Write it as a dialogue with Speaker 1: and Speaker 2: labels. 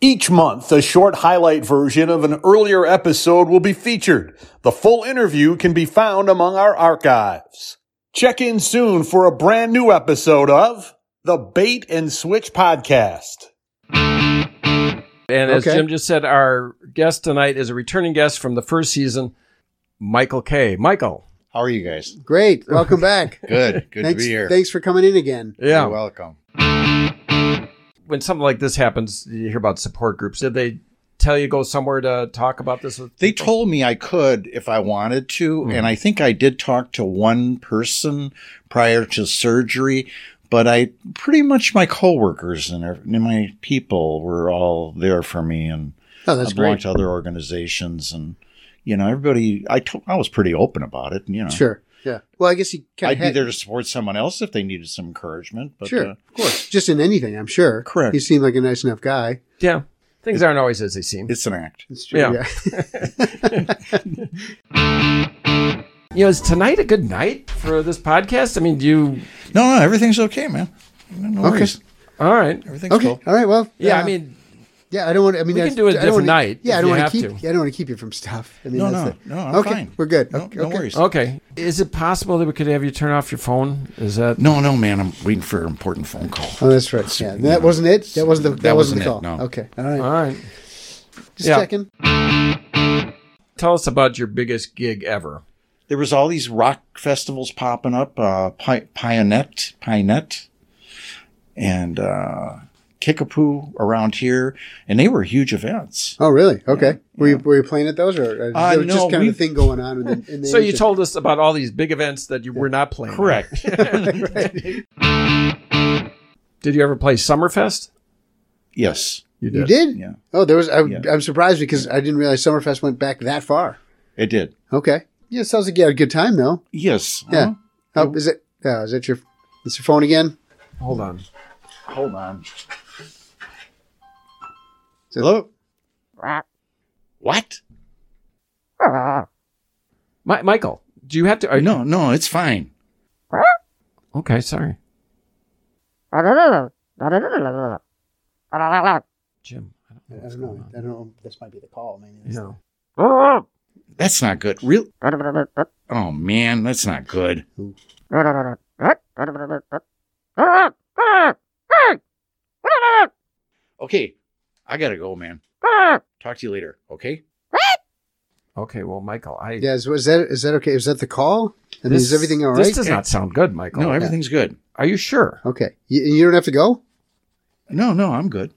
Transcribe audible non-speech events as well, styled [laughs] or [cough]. Speaker 1: Each month, a short highlight version of an earlier episode will be featured. The full interview can be found among our archives. Check in soon for a brand new episode of the Bait and Switch Podcast.
Speaker 2: And as
Speaker 3: Okay.
Speaker 2: Jim just said, our guest tonight is a returning guest from the first season, Michael K. Michael.
Speaker 4: How are you guys?
Speaker 3: Great. Welcome
Speaker 4: [laughs]
Speaker 3: back.
Speaker 4: Good. Good
Speaker 3: thanks,
Speaker 4: to be here.
Speaker 3: Thanks for coming in again.
Speaker 2: Yeah.
Speaker 4: You're welcome.
Speaker 2: When something like this happens, you hear about support groups. Did they tell you go somewhere to talk about this? with-
Speaker 4: They told me I could if I wanted to,
Speaker 3: Hmm.
Speaker 4: and I think I did talk to one person prior to surgery, but I pretty much my coworkers and ev- and my people were all there for me, and
Speaker 3: Oh, that's
Speaker 4: I
Speaker 3: great.
Speaker 4: belonged to other organizations, and you know everybody. I to- I was pretty open about it, and, you know.
Speaker 3: Sure. Yeah. Well, I guess you kind
Speaker 4: I'd
Speaker 3: of
Speaker 4: be there to support someone else if they needed some encouragement. But
Speaker 3: sure,
Speaker 4: uh,
Speaker 3: of course. Just in anything, I'm sure.
Speaker 4: Correct.
Speaker 3: You seem like a nice enough guy.
Speaker 2: Yeah. Things aren't always as they seem.
Speaker 4: it's an act.
Speaker 3: It's true.
Speaker 2: Yeah.
Speaker 3: Yeah.
Speaker 2: You know, is tonight a good night for this podcast? I mean, do you.
Speaker 4: No, no, everything's okay, man. No
Speaker 3: Okay.
Speaker 4: worries.
Speaker 2: All right.
Speaker 4: Everything's
Speaker 3: okay.
Speaker 4: cool.
Speaker 3: All right. Well.
Speaker 2: Yeah,
Speaker 3: uh,
Speaker 2: I mean,
Speaker 3: Yeah, I don't want. I mean,
Speaker 2: We can
Speaker 3: that's-
Speaker 2: do it
Speaker 3: I don't wanna-
Speaker 2: different night
Speaker 3: Yeah,
Speaker 2: if
Speaker 3: I don't
Speaker 2: you
Speaker 3: want
Speaker 2: have
Speaker 3: to keep.
Speaker 2: to.
Speaker 3: Yeah, I don't want to keep you from stuff. I mean,
Speaker 4: No, no,
Speaker 3: that's the-
Speaker 4: no, I'm
Speaker 3: okay,
Speaker 4: fine.
Speaker 3: We're good.
Speaker 4: No,
Speaker 3: okay,
Speaker 4: no
Speaker 3: okay.
Speaker 4: worries.
Speaker 2: okay. Is it possible that we could have you turn off your phone? Is that.
Speaker 4: No, no, man. I'm waiting for an important phone call.
Speaker 3: Oh, that's right. Yeah, that wasn't it. That wasn't the. That,
Speaker 4: That
Speaker 3: wasn't,
Speaker 4: wasn't
Speaker 3: the
Speaker 4: it,
Speaker 3: call.
Speaker 4: no.
Speaker 3: Okay. All right.
Speaker 2: All right.
Speaker 3: Just
Speaker 2: Uh, yeah.
Speaker 3: checking.
Speaker 2: Tell us about your biggest gig ever.
Speaker 4: There was all these rock festivals popping up. Uh, Pi- Pionette, Pionette, and uh, Kickapoo around here, and they were huge events.
Speaker 3: Oh, really? Okay. Were you were you playing at those, or, or
Speaker 4: Uh,
Speaker 3: there was
Speaker 4: no,
Speaker 3: just kind of
Speaker 4: we've-
Speaker 3: a thing going on? In the, in the
Speaker 2: So you
Speaker 3: ancient-
Speaker 2: told us about all these big events that you were not playing.
Speaker 4: Correct.
Speaker 2: Did you ever play Summerfest?
Speaker 4: [laughs] yes.
Speaker 3: you did.
Speaker 4: Yeah.
Speaker 3: Oh, there was. I,
Speaker 4: Yeah.
Speaker 3: I'm surprised because I didn't realize Summerfest went back that far.
Speaker 4: It did.
Speaker 3: Okay. Yeah, it sounds like you had a good time though.
Speaker 4: Yes.
Speaker 3: Yeah.
Speaker 4: Uh-huh.
Speaker 3: Oh, is it? Oh, is that your? Is your phone again?
Speaker 2: Hold on.
Speaker 4: Hold on.
Speaker 3: Is it- Hello.
Speaker 4: What?
Speaker 2: Mi- Michael, do you have to? Are,
Speaker 4: No, no, it's fine.
Speaker 2: Okay, sorry. Jim.
Speaker 3: I don't know. I don't know. This might be the call. Maybe. that's-
Speaker 2: No.
Speaker 4: That's not good. Real. Oh man, that's not good. Okay, I gotta go, man. Talk to you later. Okay.
Speaker 2: Okay, well, Michael, I.
Speaker 3: Yeah, is, was that is that okay? Is that the call? I mean, is everything all
Speaker 2: This
Speaker 3: right?
Speaker 2: does not sound good, Michael.
Speaker 4: No, everything's good.
Speaker 2: Are you sure?
Speaker 3: okay, you, you don't have to go.
Speaker 4: No, no, I'm good.